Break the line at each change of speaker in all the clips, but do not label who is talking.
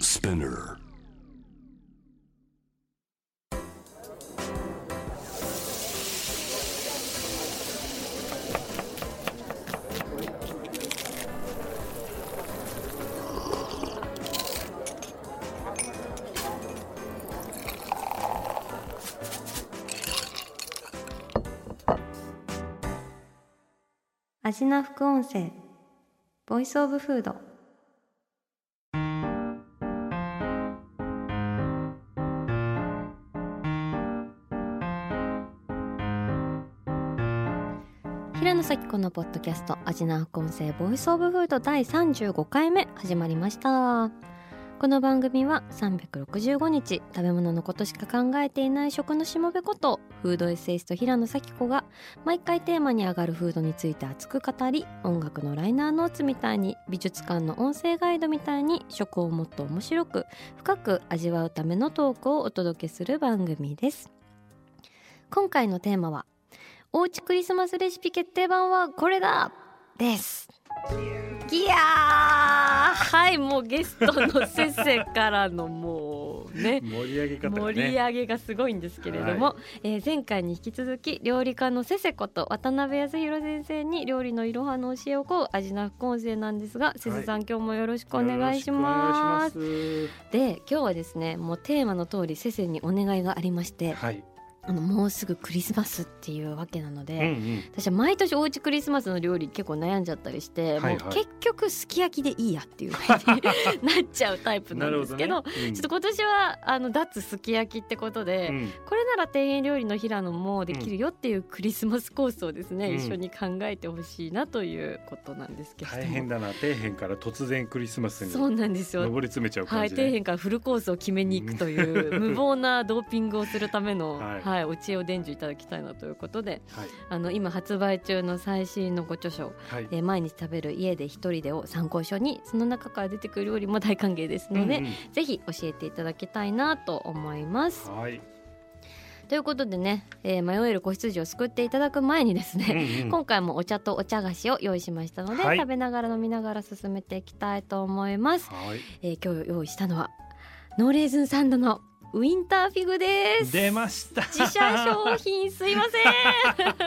Spinner.
アジナ副音声ボイスオブフード平野咲子のポッドキャストアジナ副音声ボイスオブフード第35回目始まりましたこの番組は365日食べ物のことしか考えていない食のしもべことフードエッセイスト平野咲子が毎回テーマに上がるフードについて熱く語り音楽のライナーノーツみたいに美術館の音声ガイドみたいに食をもっと面白く深く味わうためのトークをお届けする番組です今回のテーマは「おうちクリスマスレシピ決定版はこれだ!」ですいやーはいもうゲストのせっせからのもうね
盛り上げ方が
盛
ね
り上げがすごいんですけれども、
は
えー前回に引き続き料理家のせせこと渡辺康弘先生に料理のいろはの教えをこう味な副音声なんですが、せせさん今日もよろしくお願いしま
よ
す。
ろしく
で今日はですねもうテーマの通りせせにお願いがありまし
お願いしま
て、
すはい、
あのもうすぐクリスマスっていうわけなので。
うんうん、
私は毎年おうちクリスマスの料理結構悩んじゃったりして、
はいはい
もう結局すき焼きでいいやっていう風に なっちゃうタイプなんですけ
な
ど
るほねうん
ちょっと今年はあの脱すき焼きってことで、
うん
これなら庭園料理の平野もできるよっていうクリスマスコースをですね、
うん
一緒に考えてほしいなということなんですけれども
大変だな底辺から突然クリスマスに
そうなんですよ、
上り詰めちゃう
は
感
い、
じ
底
ね、
辺からフルコースを決めに行くという無謀なドーピングをするための、は
はいい
お知恵を伝授いただきたいなということで
はい
あの今発売中の最新のご著書
はい
えー毎日食べる家で一人でを参考書にその中から出てくる料理も大歓迎ですので、
うん
ぜひ教えていただきたいなと思います
うん。はい、
ということでね、えー迷える子羊を救っていただく前にです
うん
ね、
うん
今回もお茶とお茶菓子を用意しましたので、
はい
食べながら飲みながら進めていきたいと思います、
はい
えー今日用意したのはノーレーズンサンドのウィンターフィグ です
出ました
自社商品すいません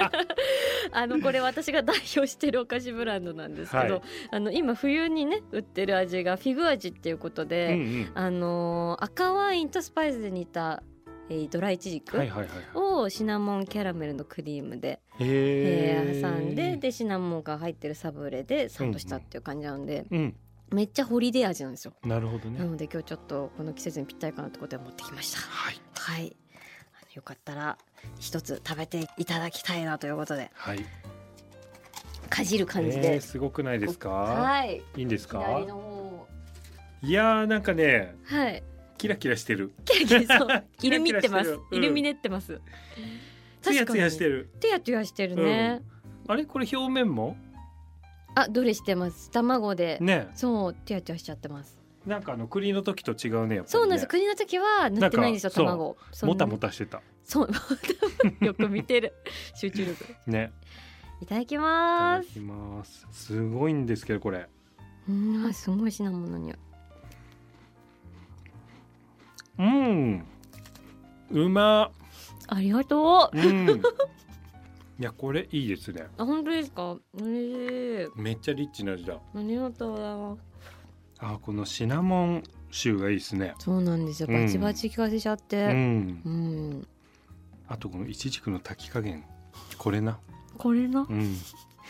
あのこれ私が代表してるお菓子ブランドなんですけど、
はい
あの今冬にね売ってる味がフィグ味っていうこと
うんう
で、
ん
あのー赤ワインとスパイスで煮た、えードライイチジク
はいはいはいはい
をシナモンキャラメルのクリームで、え
へ
ー挟んででシナモンが入ってるサブレでサンドしたっていう感じなので、
うん
めっちゃホリデー味なんですよ。
なるほどね、
なので今日ちょっとこの季節にぴったりかなってことで持ってきました。
はい
はい。あのよかったら一つ食べていただきたいなということで
はい
かじる感じ
え
で
ー、
す。
すごくないですか、
はい。
い、いんですか
左の方。
いやーなんかね
はい。
キラキラしてる
キラキラそう イルミってま
キ
す
ラキラしてる。うん
イルミネってます。
ツヤツヤして
る。
る
つやつやしてるね。
あれこれ表面も
あ、どれしてます。卵で。
ね
そう、つやつやしちゃってます。
なんかあの栗の時と違うねやっぱりね
そうなんです。国の時は塗ってないんですよ。
なんか
卵。そんな
もたもたしてた
そう。 よく見てる。集中力。
ね
いただき
いた
ま
だ
す。
きますすごいんですけどこれ
うん、あすごいシナモンの匂い。
うんうま
ありがとう。
うん いやこれいいですね
あ本当ですか。嬉しい。
めっちゃリッチな味だ
ありがとうございます。
あこのシナモン臭がいいですね
そうなんですよ。
うん
バチバチ効かせちゃっ
う
て。
ん
うん。
あとこのいちじくの炊き加減これな
これな
うん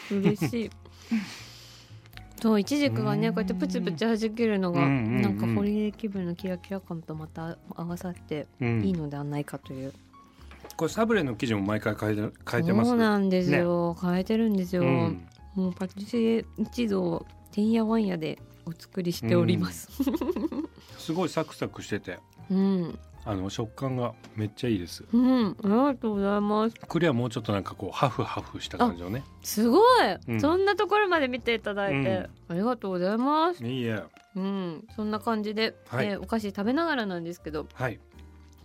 嬉 しい。そういちじくがね
うん
こうやってプツプツ弾けるのが
うんうんうん
なんかホリデー気分のキラキラ感とまた合わさって
うん
いいのではないかという、
これサブレの生地も毎回変えて変えてます
そうなんですよ、変えてるんですよ、
うん
もうパティシエ一同てんやわんやでお作りしております
すごいサクサクしてて
うん、
あの食感がめっちゃいいです
うん、ありがとうございます
栗はもうちょっとなんかこうハフハフした感じのね
すごい、
うん
そんなところまで見ていただいて、
うん
ありがとうございます。
いいや
うん、そんな感じで、
はい
えーお菓子食べながらなんですけど、
はい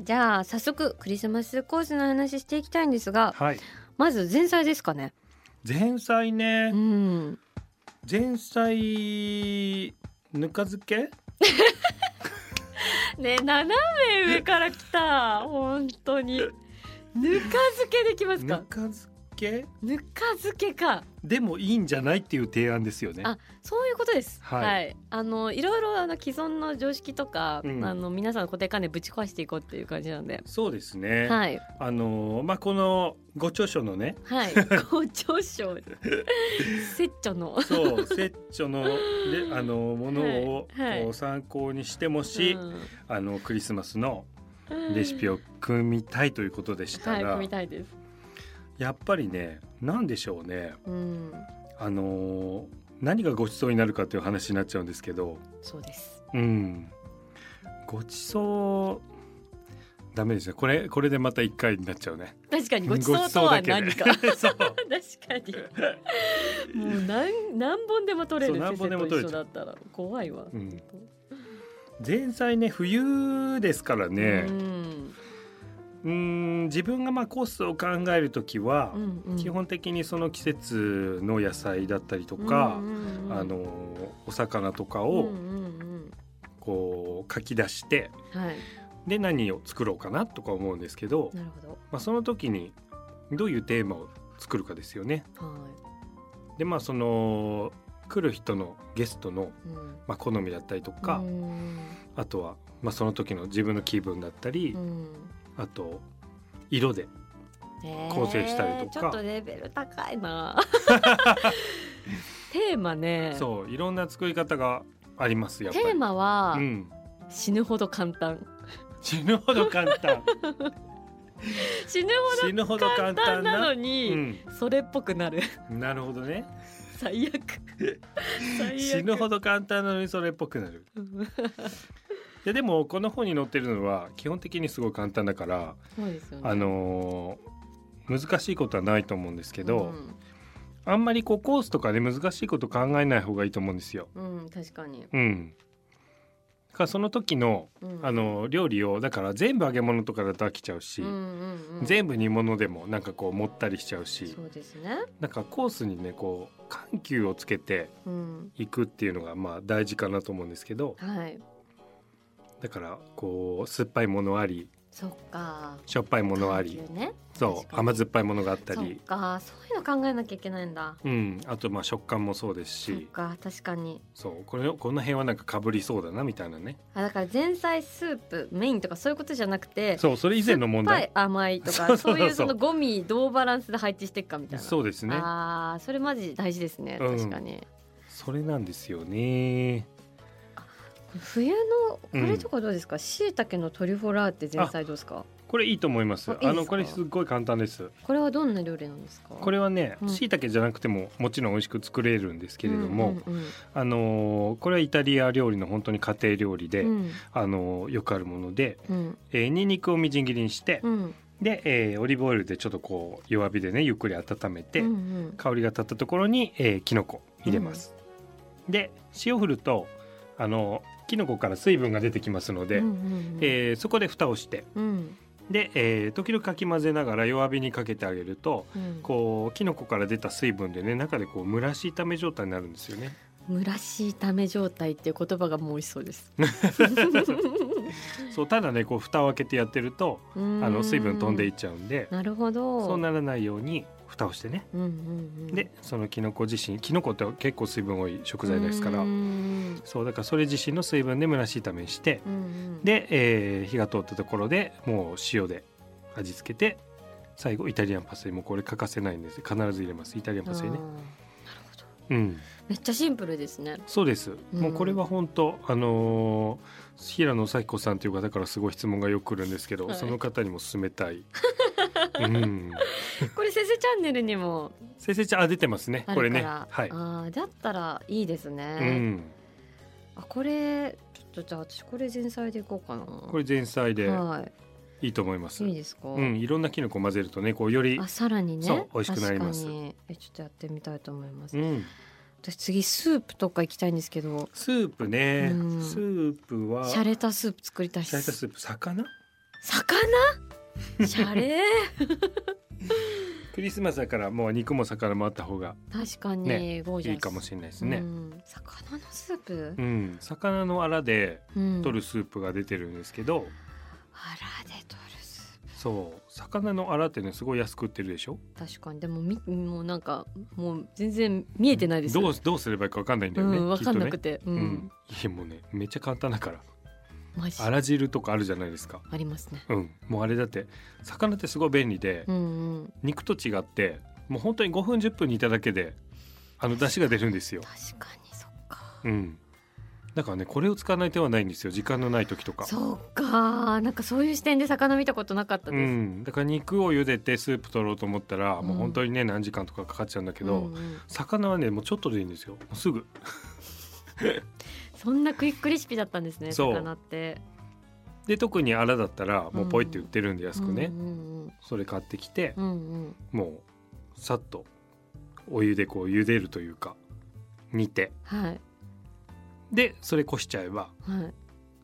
じゃあ早速クリスマスコースの話していきたいんですが、
はい
まず前菜ですかね。
前菜ね
うん、
前菜ぬか漬け
ね斜め上から来た本当にぬか漬けできます
ぬ
か
か漬け
ぬか漬けか
でもいいんじゃないっていう提案ですよね
あそういうことです。は、
はいい
あのいろいろあの既存の常識とか、
うん
あの皆さんの固定観念ぶち壊していこうっていう感じなんで。
そうですね、
はい
あのーまあこのご著書のね
はい。校長賞。セッチョの。
そう摂著のであのーものを
はいはい
こう参考にしてもし、あのクリスマスのレシピ
を。
を組みたいということでした
は
が、
い、みたいです。
やっぱりね何でしょうね
うん、
あのー何がごちそうになるかという話になっちゃうんですけど、
そうです。
うん、ごちそうダメですねこれこれでまた一回になっちゃうね。
確かにごちそうとは何か。
ご
確
ち そうだけで
か
そう
に。もう何何本でも取れる。
そう何本でも取れちゃう
先生と一緒だったら怖いわ。
うん前菜ね冬ですからね
う、ん
うん、自分がまあコースを考えるときは、
うんうん、
基本的にその季節の野菜だったりとか、
うんうんうん
あのお魚とか
う
を
んうん
こう書き出して、
うん、はい。
で何を作ろうかなとか思うんですけど、
なるほど。
まあ、その時にどういうテーマを作るかですよね。
は
でまあその来る人のゲストの、
い。うん。
まあ、好みだったりとか、
うん
あとは、まあ、その時の自分の気分だったり、
うん
あと色で構成したりとか
えーちょっとレベル高 いな。テーマね。
そういろんな作り方がありますやっぱ
テ
り。
ーマは
うん、
死ぬほど簡単。
死ぬほど簡 単
死ぬほ
死ぬほど
ど
簡
簡単
単
なの
な。う
に、
ん、
それっぽくなる。
なるほどね
最悪。最悪。
死ぬほ
ど。
ど簡単なのにそれっぽくなるいやでもこの本に載ってるのは基本的にすごい簡単だから
そうですよね。
あのー難しいことはないと思うんですけど、
う
あんまりこうコースとかで難しいこと考えない方がいいと思うんですよ。
ん、うん、確かに。
うん、だからその時の、
うん
あ。のー料理をだから全部揚げ物とかだと飽きちゃうし、
うんうんうん。
全部煮物でもなんかこうもったりしちゃうし
そうですね。
なんかコースにねこう緩急をつけて
うん。
いくっていうのがまあ大事かなと思うんですけど
はい。
だからこう酸っぱいものあり
そっか。
しょっぱいものあり
階級ね。
そ
確
う
かに
甘酸っぱいものがあった
そっ
り
か、そういうの考えなきゃいけないんだ。
うん、あとまあ食感もそうです
そっ
し
か、確かに。
そうこれこの辺はなんかかぶりそうだなみたいなね
あだから前菜スープメインとかそういうことじゃなくて
そうそれ以前の問題
酸っぱい甘いと
そ
か
うそ
そう
そう
ういうそのゴミどうバランスで配置していくかみたいな
そうですね
あーそれマジ大事ですね
うん
確かに、
それなんですよね
冬のこ
う
れ
ん
とかどうですかしいたけのトリュフォラーって前菜どうですか
これいいと思います
あい
あ
いですか
のこれすっごい簡単です
これはどんな料理なんですか
こ
れ
れはね
うん
しいたけじゃなくてももちろん美味しく作れるんですけれども、
うんうん
あのーこれはイタリア料理の本当に家庭料理で、
うん
あのーよくあるもので、
うん
えー、にんにくをみじん切りにして、
うんうん
で、えーオリーブオイルでちょっとこう弱火でねゆっくり温めて、
うんうん
香りが立ったところに、えー、きのこ入れます、で塩振るとあのきのこから水分が出てきますので、
うんうんうん
えーそこで蓋をして
うん
で、えー時々かき混ぜながら弱火にかけてあげると
うん
こうきのこから出た水分でね中でこう蒸らし炒め状態になるんですよね
蒸らし炒め状態っていう言葉がもう美味しそ うです。
そうただねこう蓋を開けてやってると
あ
あの水分飛んでい
っ
っちゃうんで
なるほど。
そうならないように蓋をしてね
うんうんうん、
でそのきのこ自身きのこって結構水分多い食材ですから
うん
そうだからそれ自身の水分で蒸らし炒めして
うんうん、
で、えー火が通ったところでもう塩で味付けて最後イタリアンパセリもこれ欠かせないんです必ず入れますイタリアンパセリね
あーなるほど
うん
めっちゃシンプルですね。
そうです、
うん
もうこれは本当あのー平野咲子さんという方からすごい質問がよく来るんですけど、
はい
その方にも勧めたい うん
これせせチャンネルにも
先生ちゃんあ出てますね
あ
これ
るか
ね
ら、
はい、
あーだったらいいですね。
うん、
あこれちょっとじゃあ私これ前菜でいこうかな。
これ前菜でいいと思います、
いいいですか。
うん、いろんなきのこ混ぜるとねこうより
あさらにね
そう美味しくなります
確かにえちょっとやってみたいと思います、
うん、
私次スープとか行きたいんですけど
スープね、
うん
スープは
シャレたスープ作りたいで
シャレた
す
スープ魚
魚シャレ
クリスマスだからもう肉も魚もあった方が
確かに、
ね
ゴージャス
いいかもしれないですね
う。ん魚のスープ
う、ん、魚のアラで
うん
取るスープが出てるんですけど、
あらで取るス
そう魚のアラってねすごい安く売ってるでしょ。
ープ確かにでもみもうなんかもう全然見えてないです
どうどうすればいいかわかんないんだ
う
よね。
ん、わかんな
き
く
っとね
て、う、
うんん、いやもうねめっちゃ簡単だから
マジ
あら汁とかあるじゃないですか
ありますね
うんもうあれだって魚ってすごい便利で、
うんうん
肉と違ってもう本当に5分10分煮ただけであの出汁が出るんですよ、
確かにそっか
うん、だからねこれを使わない手はないんですよ時間のない時とか
そっかなんかそういう視点で魚見たことなかった
う
です、
ん、だから肉を茹でてスープ取ろうと思ったら、もう
うん
本当にね何時間とかかかっちゃうんだけど、
うんうん
魚はねもうちょっとでいいんですよもうすぐ
そんなクイックレシピだったんですね
そう
魚って
で特にアラだったらもうポイって売ってるんで安くね、
うんうん
それ買ってきて
う、んうん
もうさっとお湯でこう茹でるというか煮て
はい
でそれこしちゃえば
はい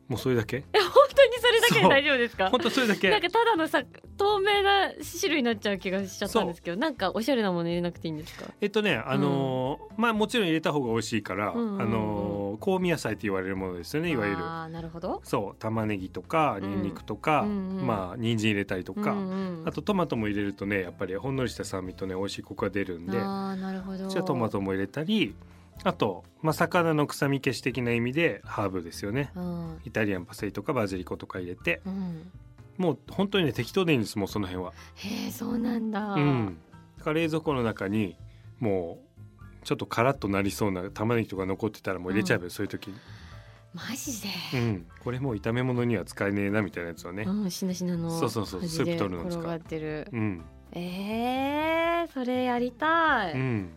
もうそれだけ
え本当にそれだけで
そう
大丈夫ですか
本当それだけ
なんかただのさ透明な汁になっちゃう気がしちゃったんですけどなんかおしゃれなもの入れなくていいんですか
えっとね、あのーまあもちろん入れた方が美味しいから、
うんうんうん
あのー香味野菜って言われるものですよねいわゆる。
ああなるほど
そう玉ねぎとか
うん
にんにくとか、
うんうん
まあ人参入れたりとか、
うんうん
あとトマトも入れるとねやっぱりほんのりした酸味とね美味しいコクが出るんで
あーなるほど
じゃあトマトも入れたりあと、まあ、魚の臭み消し的な意味でハーブですよね
うん
イタリアンパセリとかバジリコとか入れて
うん
もう本当にね適当でいいんですもうその辺は。
へえそうなんだ、
うん、だから冷蔵庫の中にもうちょっとカラッとなりそうな玉ねぎとか残ってたらもう入れちゃえばよ、そういう時に、
マジで、
うん、これもう炒め物には使えねえなみたいなやつはね、
うん、しなしなの
そうそうそう
端で
スープ取るのです
転
か
がってる
うん
えー、それやりたい、
うん、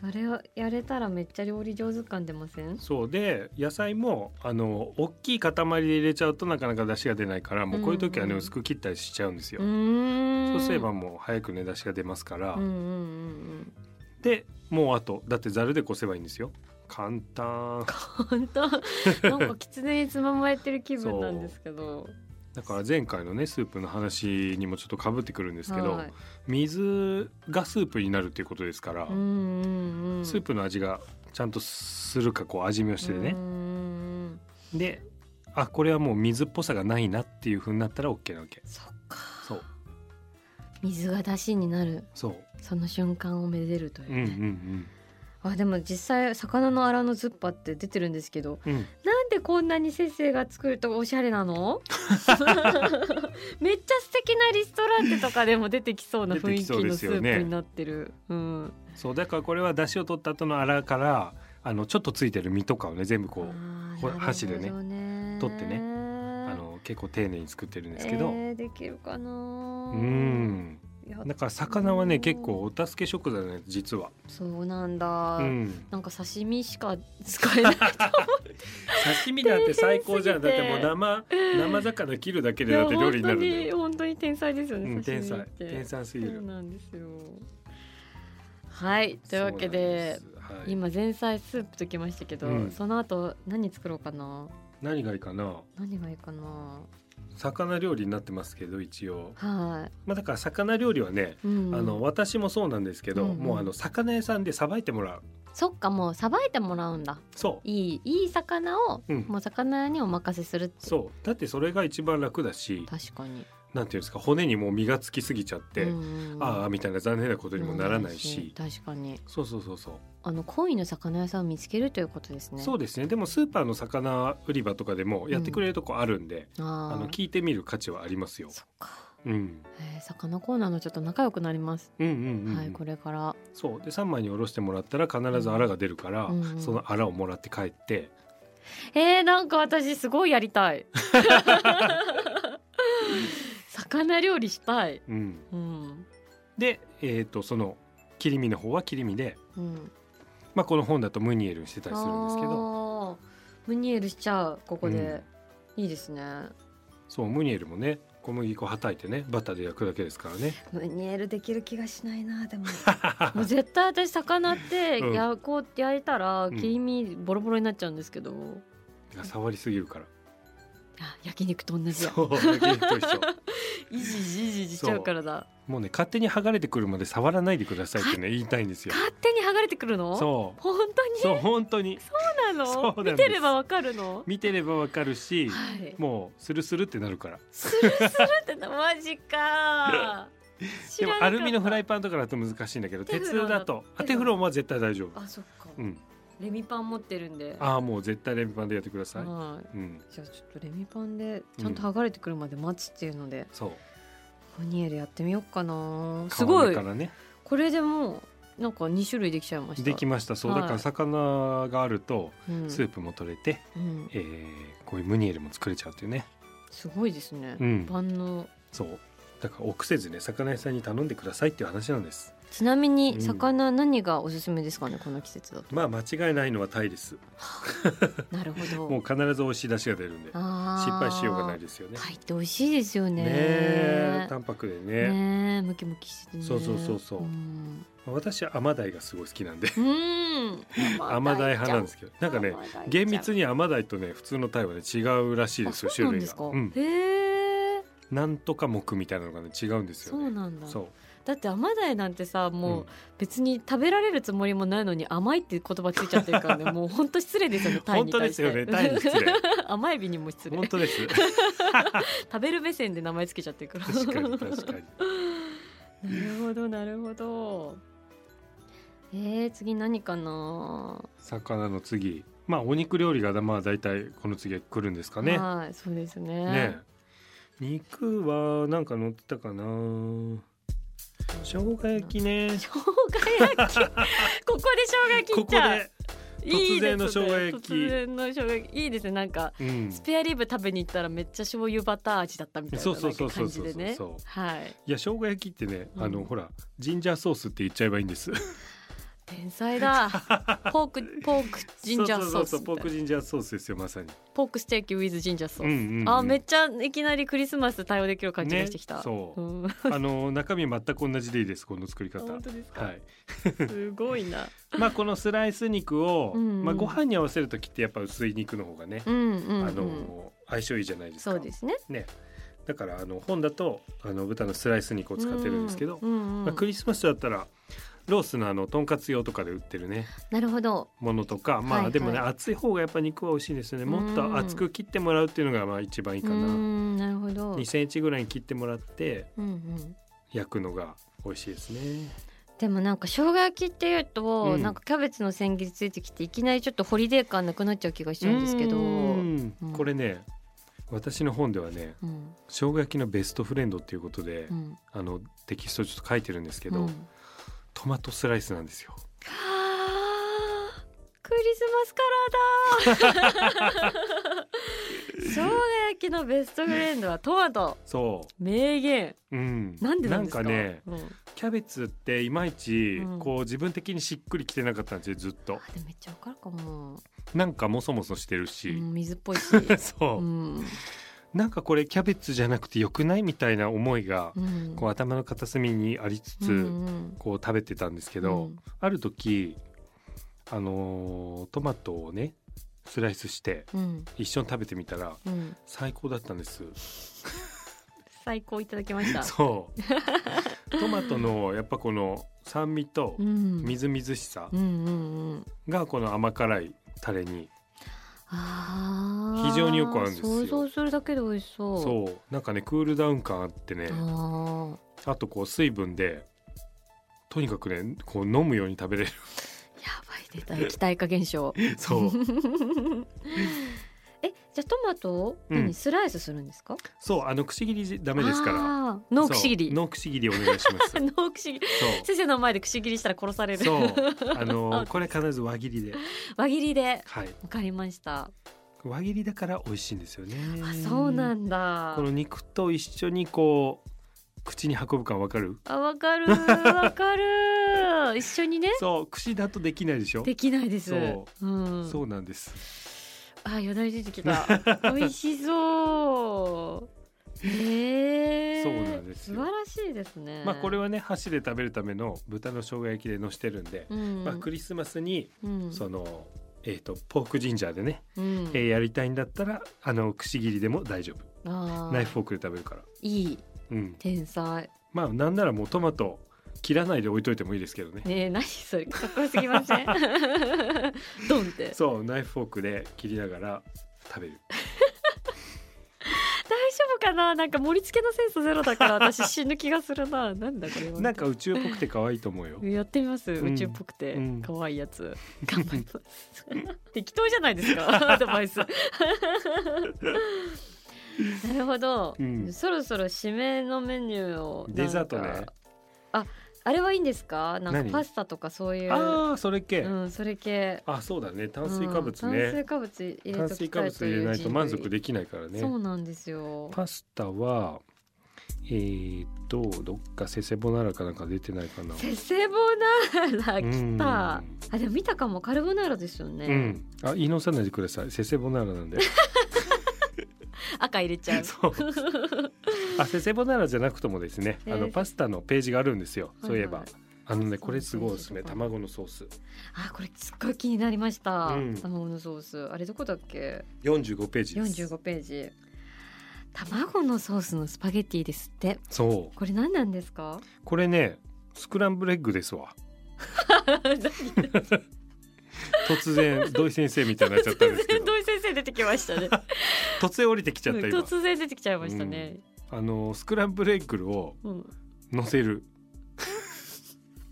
それをやれたらめっちゃ料理上手感出ません
そうで野菜もあの大きい塊で入れちゃうとなかなか出汁が出ないからもうこういう時は
うん
ね
うん
薄く切ったりしちゃうんですよ、
うーん
そうすればもう早くね出汁が出ますから、
うんうん
でもうあとだってざるでこせばいいんですよ簡単
うんうん本当なんか狐につままれてる気分なんですけど
だから前回のねスープの話にもちょっとかぶってくるんですけど、
はい
水がスープになるっていうことですから、
うんうんうん
スープの味がちゃんとするかこう味見をして
う
ね
ん、うんうん
であこれはもう水っぽさがないなっていう風になったら OK なわけ
そっか
そう
水が出汁になる
そう
その瞬間をめでるという
うんうん
ね、あでも実際魚のアラのズッパって出てるんですけど
うんうん
なんでこんなに先生が作るとおしゃれ なのめっちゃ素敵なリストランテとかでも出てきそうな雰囲気のスープになってるうん、
そうだからこれは出汁を取った後の洗うからあのちょっとついてる身とかをね全部こう
あー
これ箸でね
なるほどね
取ってねあの結構丁寧に作ってるんですけど、
えーできるかな
う
うん
んだから魚はね結構お助け食材なんです実は、
そうなんだ、
うん、
なんか刺身しか使 えない
刺身なんて最高 じゃんだ
大
って
変すぎて
もう生 生魚切るだけ
い
でだ
や
って料理になるんだよ
本当に本当に天才ですよね、
うん、天
刺身っ
才
て
天才すぎ
そう
る
なんですよはいというわけで
そうなんすはい、
今前菜スープときましたけど、
うん
その後何作ろうかな
何がいいかな
何がいいかな
魚料理になってますけど一応
は
まあだから魚料理はね
い、うん
あの私もそうなんですけど、
うんうん
もうあの魚屋さんでさばいてもらう
そっかもうさばいてもらうんだ
そ
いいいい魚を、
う、うん、
もう魚にお任せするって
そうだってそれが一番楽だし
確かに
なんていうんですか骨にもう身がつきすぎちゃって、
うんうん
ああみたいな残念なことにもならないし、
確かに
そうそうそうそう、
あの恋の魚屋さんを見つけるということですね
そうですねでもスーパーの魚売り場とかでもやってくれるとこあるんで、
あー
あの聞いてみる価値はありますよ、
そっか、
うん、
えー、魚コーナーのちょっと仲良くなります、
うんうんうん、
はいこれから
そうで3枚におろしてもらったら必ずアラが出るから、
うんうん
そのアラをもらって帰って
えー、なんか私すごいやりたい魚料理したい
うん、
うん
で、えー、とその切り身の方は切り身で、
うん
まあ、この本だとムニエルにしてたりするんですけど
あームニエルしちゃうここで、いいですね
そうムニエルもね小麦粉はたいてねバターで焼くだけですから ね。
ムニエルできる気がしないなでももう絶対私魚って
うん
やこう焼いたら
ん
黄身ボロボロになっちゃうんですけど、
触りすぎるから
あ焼肉と同じや
そう焼肉と一緒
いじいじいじいじしちゃうからだ
もうね勝手に剥がれてくるまで触らないでくださいってね言いたいんですよ
勝手に剥がれてくるの
そう
本当に
そ
そう
本当に
うなの
そうなん
見
です
てればわかるの
見てればわかるし
はい
もうスルスルってなるから
スルスルってなマジか
でもアルミのフライ
パ
パンとかだと難しいんだけど
テフロン
鉄だとあテフロンは絶対大丈夫
ンあそっか、
うん
レミパン持ってるんで
ああもう絶対レミパンでやってください
はい
うん
じゃあちょっとレミパンでちゃんと剥がれてくるまで待つっていうので、
そう
ムニエルやってみようかな
皮
すご
目
い
からね
これでもうなんか二種類できちゃいました
できましたそう
はい
だから魚があると
うん
スープも取れて
うん、
えーこういうムニエルも作れちゃうっていうね
すごいですね、
うん
万能
そうだから臆せずね魚屋さんに頼んでくださいっていう話なんです
ちなみ
う
に
ん
魚何がおすすめですかねこの季節だと
まあ間違いないのはタイです
なるほど
もう必ず美味しい出汁が出るんで失
失
敗しようがないですよね
タイって美味しいですよね
ねえ淡白でね
ねえムキムキしてね
そうそうそうそうんまあ私は甘鯛がすごい好きなんで
うーん
甘鯛派なんですけどなんかね
甘鯛ちゃん
厳密に甘鯛とね普通の鯛はね違うらしい
あ
ですよ
そう
種
なん
類
ですか、
が、うん、
へえ
なんとか木みたいなのがね違うんですよ
そう
ね
なんだ
そう
だって甘鯛なんてさも
う
うん別に食べられるつもりもないのに甘いって言葉ついちゃってるか らねもう本当失礼ですよね鯛
本
に
当で
対し
す
て
よね鯛に失礼
甘エビにも失礼
本当です
食べる目線で名前つけちゃってるから
確かに確かに
なるほどなるほど。えー、次何かな。
魚の次まあお肉料理がまあ大体この次は来るんですかね
はい、そうですね。
ね肉はなんか乗ってたかな生姜焼きね
生姜 焼き。ここで生姜切
こ
っ
こ
ちゃう
で。
いいですね
突然の生姜焼き
突然の生姜焼きいいですね。なんか
うん
スペアリブ食べに行ったらめっちゃ醤油バター味だったみたいな
そうそうそう
なんか感じでね
そうそうそう。
はい。
いや生姜焼きってね、
うん
あのほらジンジャーソースって言っちゃえばいいんです。
天 才だ。ポークポークジンジャーソー
そう
ス
そうそう
み
ポー
たい
ク
な。
ジンジャーソースですよまさに。
ポークステーキウィズジンジャーソ
う
ース。
んうんうん
あ、めっちゃいきなりクリスマス対応できる感じがしてきた。
ねそう
うん。
あの中身全く同じでいいですこの作り方。
本当ですか。
はい。
すごいな。
ま あこのスライス肉を、
うんうん
まあご飯に合わせる時ってやっぱ薄い肉の方がね、
うんうん、うん、
あの相性いいじゃないですか。
そうですね。
ね。だからあの本だとあの豚のスライス肉を使ってるんですけど、
うんうんうん
まあクリスマスだったらロースのあのとんかつ用とかで売ってるね。
なるほど。
ものとかまあ、
はいはい
でもね熱い方がやっぱ肉は美味しいですよねもっと厚く切ってもらうっていうのがまあ一番いいうかな、
ん、なるほど。
2センチぐらいに切ってもらって
うんうん。
焼くのが美味しいですね
でもなんか生姜焼きっていうと、
うん
なんかキャベツの千切りついてきていきなりちょっとホリデー感なくなっちゃう気がしちゃうんですけど。
う
うん
ん
うん
これね私の本ではね
うん
生姜焼きのベストフレンドっていうことで、
うん
あのテキストちょっと書いてるんですけど、
うん
トマトスライスなんですよ
はあクリスマスカラーだ生姜焼きのベストフレンドはトマト
そ
名言
う、うん、
なんでなんですか
なんかね
うん、
キャベツっていまいち
うん
こう自分的にしっくりきてなかったんですよずっと
あでもめっちゃわかるかも、
なんかもそもそしてる
う
し、
ん、水っぽいし、
そう、
うん
なんかこれキャベツじゃなくてよくないみたいな思いが、
うん、
こう頭の片隅にありつつ、
うんうん
こう食べてたんですけど、ある時あのートマトをねスライスして
うんうん
一緒に食べてみたら
うん
最高だったんです
最高いただきました。
そう トマトのやっぱこの酸味と
うん、
みずみずしさ
うんうんうん、
がこの甘辛いタレに
あー
非常によく合うんですよ
想像するだけで美味しそう。
そうなんかねクールダウン感あってね
あー
あとこう水分でとにかくねこう飲むように食べれ る
やばい出た液体化現象。
そう
えじゃあトマトを
うん
何、スライスするんですか？
そう、あのくし切りじダメですから。
ら。ノーくし切
そ
り。
う
ノ
ノーくし切りお願いし ます。そ
ーくし切り。先生の前でくし切りしたら殺され
う。
る。
そう、あ のこれ必ず輪切りで。
輪切りで。
はい。
わかりました。
輪切りだから美味しいんですよね。。
あそうなんんだ
こ。の肉と一緒にこう口に運ぶ感わかる？
あわかるわかる。一緒にね。
そう、串だとできないでしょ
で。きないです。
そ
うん。
そうなんです。
あ、よだれ出て きた。美味しそう。へえ。
そうなんですよ
素晴らしいですね。
まあこれ
は、
はね箸で食べるための豚の生姜焼きでのしてるんで、
うん、
まあクリスマスに
うん、
その。ええー、とポークジンジャーでね、
うん
えーやりたいんだったらあのくし切りでも大丈夫
あー
ナイフフォークで食べるから、
いい
うん、
天才
まあなんならもうトマト切らないで置いといてもいいですけどね
ねえ何それかっこよすぎま せんドンって
そうナイフフォークで切りながら食べる
大丈夫かななんか盛り付けのセンスゼロだから私死ぬ気がするななんだこれは
なんか宇宙っぽくて可愛いと思うよ
やってみます、
うん
宇宙っぽくて
うん
可愛いやつ、 頑張ります適当じゃないです かアドバイスなるほど、
うん
そろそろ締めのメニューをなんか
デザートね
あれはいいんですかなん
何
かパスタとかそういう
ああそれ系、
うんそれ系
あそうだね炭水化物
うん炭水
ね、
化物入れと
炭
き
水
た
化
い
物
と
入
い
れ
う
ないと満
人
足
類
できないからね
そうなんですよ
パスタはえー、っとどっかセセボナーラかなんか出てないかな
セセボナーラ来たあでも見たかもカルボナーラですよね、
うん、うん、あ言い直さないでくださいセセボナーラなん で
赤入れちゃ う
そうあセセボナーラじゃなくともですねあ
え
の
ー
パスタのページがあるんですよそういえば、
はいはい
あのねこれすごいおすすめ
そうそう
卵のソース
あこれすっごい気になりました、
うん
卵のソースあれどこだっけ
45ページです
45ページ卵のソースのスパゲティですって
そう
これ何なんですか
これねスクランブルエッグですわ
何
突然土井先生みたいになっちゃったんです けど
井先生出てきました ね
突然降りてきちゃった今
突然出てきちゃいましたね、
あのスクランブルエッグを
うん
乗せる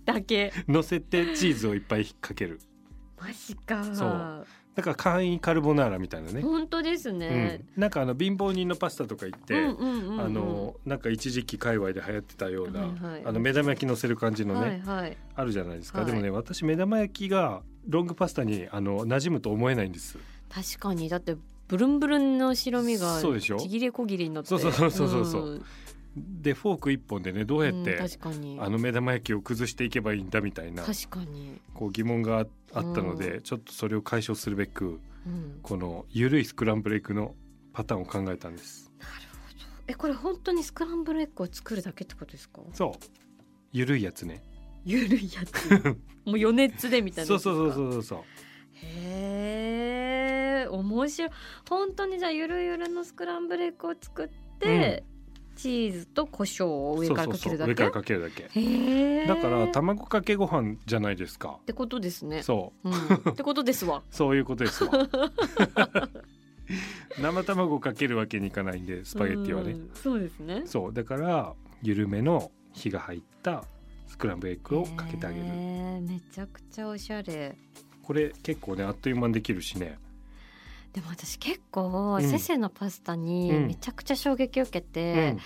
だけ
乗せてチーズをいっぱい引っ掛ける
マジか
そうだから簡易カルボナーラみたいなね、
本当ですね、
うん、なんかあの貧乏人のパスタとか行って、
うんうんうんうん
あのなんか一時期界隈で流行ってたような、
はいはい
あの目玉焼き乗せる感じのね、
はいはい
あるじゃないですか、
はい
でもね私目玉焼きがロングパスタにあの馴染むと思えないんです
確かにだってブルンブルンの白身が
そうでしょ
ちぎれこぎれになって
そうそうそうそうそうそうんでフォーク一本でねどうやって、
うん確かに
あの目玉焼きを崩していけばいいんだみたいな
確かに、
こう疑問がああったので、
う
ちょっとそれを解消するべく
うん、
この緩いスクランブルエッグのパターンを考えたんです
なるほど。え、これ本当にスクランブルエッグを作るだけってことですか。
そう緩いやつね
ゆるいやつ。 もう余熱でみたいな。
そうそう
う。
そうそうそう
へえ、面白い。本当にじゃあゆるゆるのスクランブルエッグを作って、チーズと胡椒を上からかける
そ
だ
うそうそう上
け。
からかけるだけ
へえ。
だから卵かけご飯じゃないですか
ってことですね。。
そう
ん、ってことですわ。
うそういうことです わ生卵かけるわけにいかないんでスパゲッティはね
うん。そうですね。
そうだから緩めの火が入ったスクランブルエッグをかけてあげる
へえめちゃくちゃおしゃれ。
これ結構ねあっという間にできるしね
でも私結構、
うん
セセのパスタに
うん
めちゃくちゃ衝撃を受けて、
うん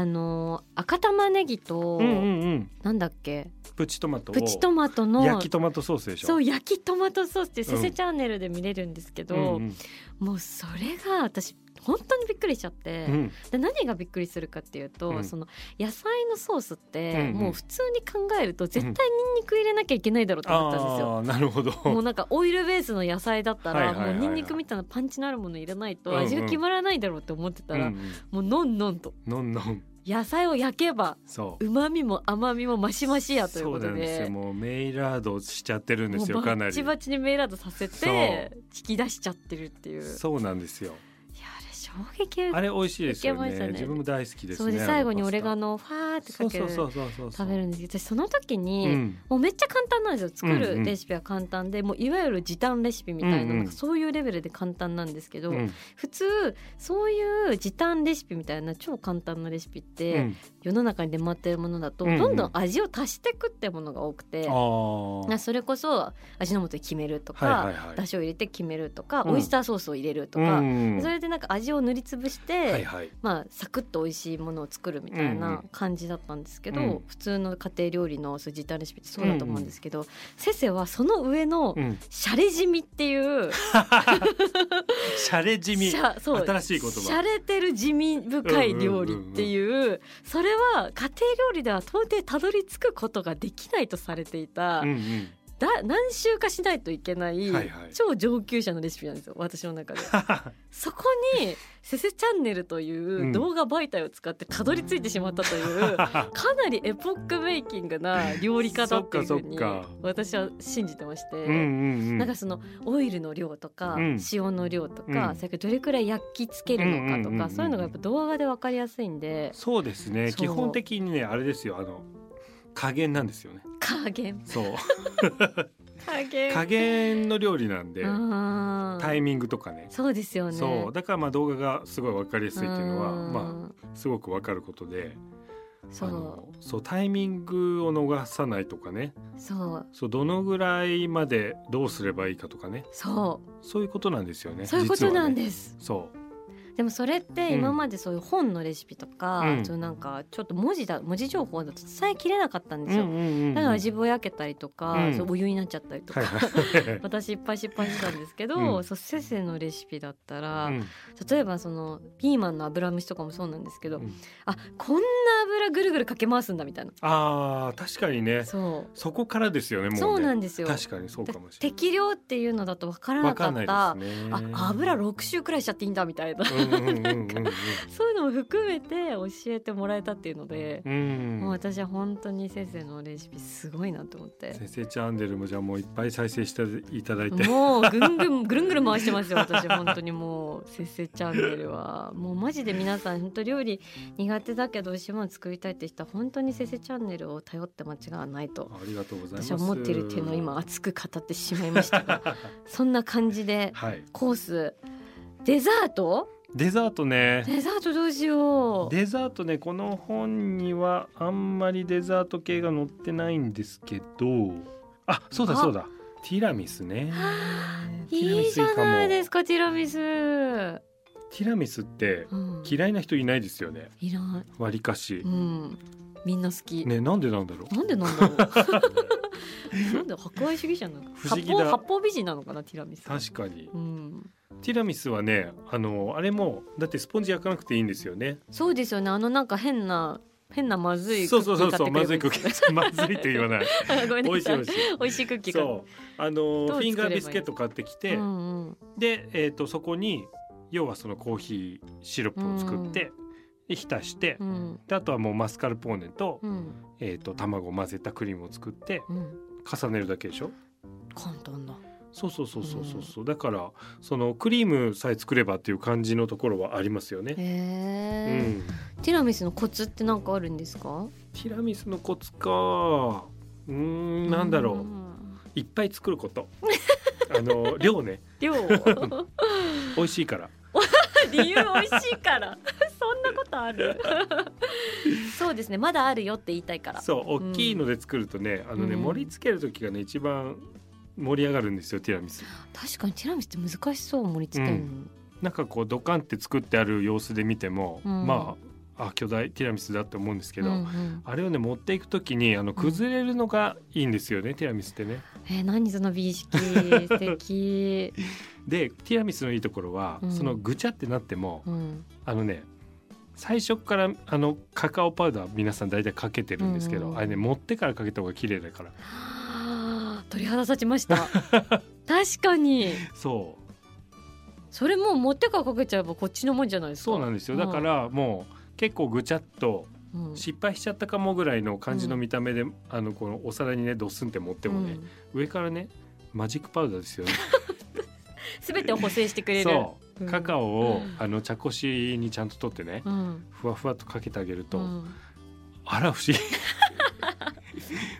あの赤玉ねぎと、
うんうんうん
なんだっけ
プチトマトを
プチトマトの
焼きトマトソースでしょ
そう焼きトマトソースっていう
う
せ
ん
せチャンネルで見れるんですけど、
うん
もうそれが私本当にびっくりしちゃって、
うんうん
で何がびっくりするかっていうと、
うん
その野菜のソースって、
うんうん
もう普通に考えると絶対ニンニク入れなきゃいけないだろうと思ったんですよ。
ああなるほど
もうなんかオイルベースの野菜だった
はいは
ら
いはい
も
は
う
い
ニンニクみたいなパンチのあるもの入れない
うん
と
うん
味が決まらないだろうって思ってたら、
うんうん
もうのんのんと
のんのん
野菜を焼けば
そう
うまみも甘みもマシマシやということ
そうなんです
で
よもうメイラードしちゃってるんですよ
もうバ
かな
ッ
り
チバチにメイラードさせて引き出しちゃってるっていういや
そうなんですよ
あれ衝撃
あれ美味しいですよ
いけまし
ね
たね
自分も大好きです
そう
ね
で最後にオレガ
の
ノをファーって
そ
か
う
け
そう
る
そうそうそう
食べるんですけど私その時に、
うん
もうめっちゃ簡単なんですよ作
うんう
る
ん
レシピは簡単で、もういわゆる時短レシピみたい
う
な,、
んうん
なんかそういうレベルで簡単なんですけど、
うん
普通そういう時短レシピみたいな超簡単なレシピって、
うん
世の中に出回ってるものだと、
うんうん
どんどん味を足してくってものが多くて、
あー
なそれこそ味の素で決めるとか、
はいはいはい
だしを入れて決めるとか、
うん
オイスターソースを入れるとか、
うん
それでなんか味を塗りつぶして、
はいはい
まあ、サクッと美味しいものを作るみたい
うんう
なん感じだったんですけど、
うん
普通の家庭料理のそういう時短レシピってそうだと思うんですけど、せせはその上の
うん
シャレ地味っていう。
シャレ地味
しゃそう
新しい言葉
しゃれてる地味深い料理っていう,、それは家庭料理では到底たどり着くことができないとされてい た、
うんうん
だ何週かしないといけない、
はいはい
超上級者のレシピなんですよ私の中でそこに「せせチャンネル」という動画媒体を使ってたどり着いてしまったとい う、かなりエポックメイキングな料理家だっていうふう
そ
に
っかそっか
私は信じてまして。
うんうんう
なん
ん
かそのオイルの量とか、
うん
塩の量とか、
うん
それからどれくらい焼き付けるのか
う
とか、
んうんうんうん
そういうのがやっぱ動画でわかりやすいんで
そうですね
そう
基本的にねあれですよあの加減なんですよね
加減
そう
加減
加減の料理なんで
あー
タイミングとかね
そうですよね
そうだからまあ動画がすごい分かりやすいっていうのは
うん
まあすごく分かることで
そ
あ
う
のそうタイミングを逃さないとかね
そう
そうどのぐらいまでどうすればいいかとかね
そ
そういうことなんですよね
うそういうことなん
す、
です、
そう
でもそれって今までそういう本のレシピとか、
うん
そういうなんかちょっと文字だ文字情報だと伝えきれなかったんですよ、
だ
だから味ぼやけたりとか、
うん
そうお湯になっちゃったりとか、
はいはい
私いっぱい失敗したんですけど、
うん
そうせせのレシピだったら、
うん
例えばそのピーマンの油蒸しとかもそうなんですけど、
うん
あこんな油ぐるぐるかけ回すんだみたいな
あー確かにね
そ
そこからですよねもう
う
ね
そうなんですよ
確かにそうかもしれ
適量っていうのだとわから
ないわ
なか
か
っ
ん
た
ないですね
あ油6周くらいしちゃっていいんだみたいな
うんうんうんうん
そういうのも含めて教えてもらえたっていうので、
うん
もう
うん
私は本当にせせのレシピすごいなと思って。
先生チャンネルもじゃあもういっぱい再生していただいて
もうぐんぐんぐるんぐる回してますよ私本当にもう「せっせチャンネルは」もうマジで皆さん本当料理苦手だけど美味しいもの作りたいって人は本当に「せっせチャンネル」を頼って間違いないと
ありがとうございます
私は思っている手の今熱く語ってしまいましたがそんな感じで
はい
コースデザート
デザートね
デザートどうしよう
デザートねこの本にはあんまりデザート系が載ってないんですけどあそうだそうだティラミスねティラミ
いい
ス
じゃ
かも
ないですかティラミス、う
ティラミスって
ん、
嫌いな人いないですよね
いらな
わりかし
い、うん、みんな好き、
ねなんでなんだろう
なんでな んだろう。なんで 博愛主義者なのか。
不思
八
議
方
だ
八方美人なのかなティラミス。
確かに
うん、
ティラミスはねあのあれもだってスポンジ焼かなくていいんですよね
そうですよね。あのなんか変な変なまずい
そうそうそうそうまずいク
ク
ッ
ッキ
キ
ー買って
ーまずいと言わ ない
くれるごめん
美味
な
しい
さ
美
い
味。し
美味しいクッキ
い
ー買っ
そうあの
どう作れば
フ
いい
ィンガービスケット買ってき
て。
て、
うんうん
で、えー、とそこに要はそのコーヒーシロップを作って、で浸して、
うん
であとはもうマスカルポーネと,、
うん
えー、と卵を混ぜたクリームを作って
うん。
重ねるだけでしょ
簡単だ。
そうそうそうそうそうそう、だからそのクリームさえ作ればっていう感じのところはありますよね。う
へえ。
ん、
ティラミスのコツってなんかあるんですか？
ティラミスのコツかうーんなんだろう、
ん
いっぱい作ることあの量ね
量 理
美味しいから
由美味しいから そんなことある そうですねまだあるよって言いたいから
そう大きいので作るとね、あのね、
うん
盛り付ける時がね一番盛り上がるんですよティラミス
確かにティラミスって難しそう盛り付けるの、
なんかこうドカンって作ってある様子で見ても、
うん
まああ巨大ティラミスだって思うんですけど、
うんうん
あれをね持っていく時にあの崩れるのがいいんですよね、ティラミスってね。
えー何その美意識 素敵、
でティラミスのいいところは、
うん
そのぐちゃってなっても、
うん、
あのね最初からあのカカオパウダー皆さん大体かけてるんですけど、
うん
あれね持ってからかけた方が綺麗だから
はあ鳥肌立ち ました確かに
そう
それもう持ってからかけちゃえばこっちのもんじゃないですか
そうなんですよだか、らもう結構ぐちゃっと
うんうん
失敗しちゃったかもぐらいの感じの見た目で、あのこのお皿にねドスンって持ってもね、
うん
上からねマジックパウダーですよね
全てを補正してくれる
そううんカカオをあの茶こしにちゃんと取ってね、
うん
ふわふわっとかけてあげると、
うん
あら不 思議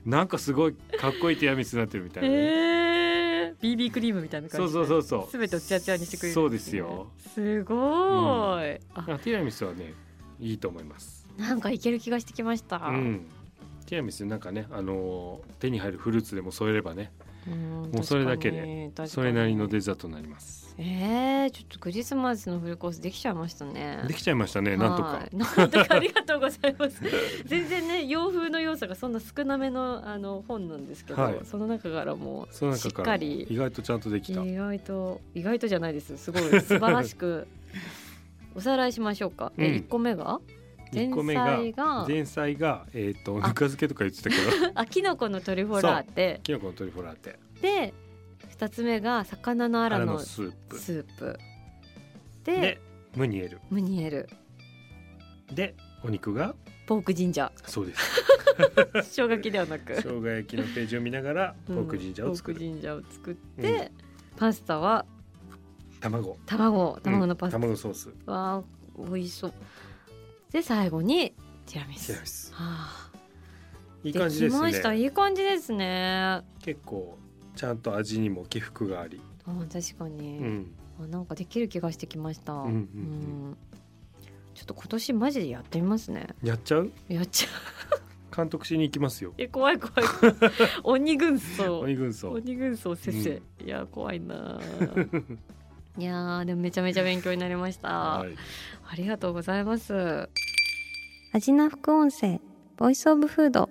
なんかすごいかっこいいティラミスになってるみたいな、ね
えー、BB クリームみたいな感
そう
じ
そうそうそう
全てをツヤツヤにしてくれる
そうですよ
すごーい、あ
あティラミスはねいいと思います
なんかいける気がしてきました、
うんティラミスなんかねあのー手に入るフルーツでも添えればね
も
うそれだけで
で
それなりのデザートになります
えー、ちょっとクリスマスのフルコースできちゃいましたね。
できちゃいましたねなんと
は
か
い なんとかありがとうございます。 全然ね洋風の要素がそんな少なめのあの本なんですけど、
はい
その中からも
その
しっ
中か
からり
意外とちゃんとでき
意
た
外と意外 とじゃないです。すごい素晴らしくおさらいしましょうか。え
うん
一個目が
2個目が
前菜が
前菜がえっ、と
あ
ぬか漬けとか言ってたけど
あキノコのトリュフォラーテ
きのこのトリュフォラーテ
で2つ目が魚のア
あ
ラ
れ
の
の
ス
スープ
ープで
でムニエル
ムニエル
でお肉が
ポークジンジ ャー
そうです
生姜焼きではなく
生姜焼きのページを見ながらポークジンジャーを作
ポーク
る、
ジンジャーを作って、パスタは
卵
卵卵のパスタ
うん卵ソース
わあ美味しそうで最後にティラミス
ティラミ
は
ス
あ
いい感じで
き
す
ました
ね
いい感じですね
結構ちゃんと味にも起伏があり、
あ確か
う
に、
ん、
あなんかできる気がしてきました、う
うん
ん
うん
ちょっと今年マジでやってみますね
やっちゃう
やっちゃう
監督しに行きますよ
え怖い怖い 怖い鬼軍曹
鬼軍曹
鬼軍曹先生、いや怖い なーいやーでもめちゃめちゃ勉強になりました、
はい
ありがとうございます。味な副音声、ボイスオブフード。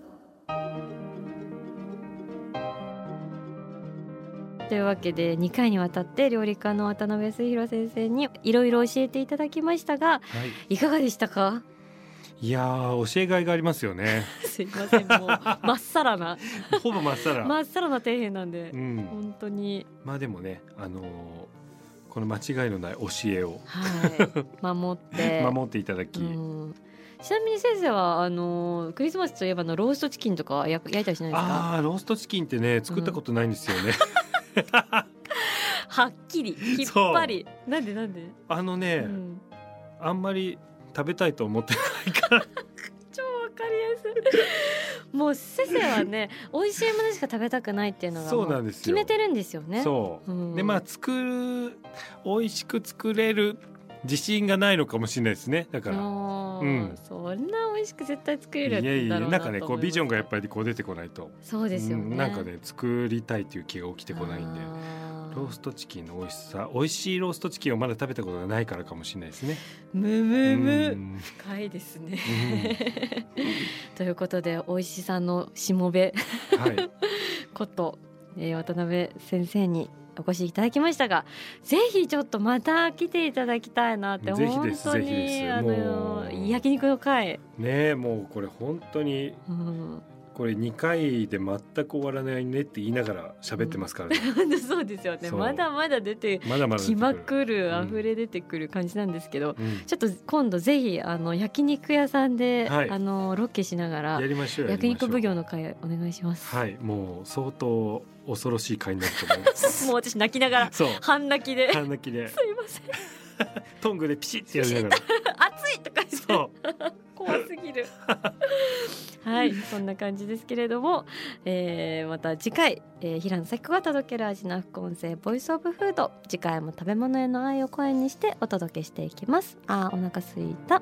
というわけで2回にわたって料理家の渡辺康弘先生にいろいろ教えていただきましたが
はい
いかがでした か
いやー教えがいがありますよね
すいませんもうまっさらな
ほぼまっさら、
まっさらな底辺なんで
うん、
本当に
まあでもねあのーこの間違いのない教えを
はい 守って
守っていただき、
うんちなみに先生はあのクリスマスといえばあのローストチキンとか焼く焼いたりしないですか
あーローストチキンってね作ったことないんですよね、
はっきりきっぱりなんでなんで、
あの
う
ね、
ん、
あんまり食べたいと思ってないから
超わかりやすいも う先生 はね美味しいものしか食べたくないっていうのが
そう
も
な
うん
です
決
よ
めてるんですよね
そう、
うん
でまあ作る美味しく作れる自信がないのかもしれないですねだから。
あー
うん
そんな美味しく絶対作れ
いやいや
る
い
んだ
や
ろう
な
なん
かね
と
こ
思
うビジョンがやっぱ
り
りこう出てこないと、
そうですよね、
うんなんかね作りたいという気が起きてこないんで
あー
ローストチキンの美味しさ美味しいローストチキンをまだ食べたことがないからかもしれないですね。
むむ
う
む
ん
深いですね ということで美味しさのしもべ
はい、
こと、えー渡辺先生にお越しいただきましたがぜひちょっとまた来ていただきたいなって
ぜひです
本当に
ぜひです
あの
もう
焼肉の会、
ねえもうこれ本当に
うん、
これ2回で全く終わらないねって言いながら喋ってますからね、
そうですよね
そう
まだまだ出て
まだまだ出てく
き
る
まくる
うん
溢れ出てくる感じなんですけど、
うん
ちょっと今度ぜひあの焼肉屋さんで、
はい
あのロケしながら
やりましょうやりましょう
焼肉奉行の会お願いします。
はい、もう相当恐ろしい回になると思います。
もう私泣きながら
そう、
半泣きです
半泣きで
いません
トングでピシッってやりなが ら、
熱いとか言って
そ
怖すぎるはいそんな感じですけれども、えーまた次回、えー平野咲子が届ける味の副音声ボイスオブフード次回も食べ物への愛を声にしてお届けしていきますあーお腹すいた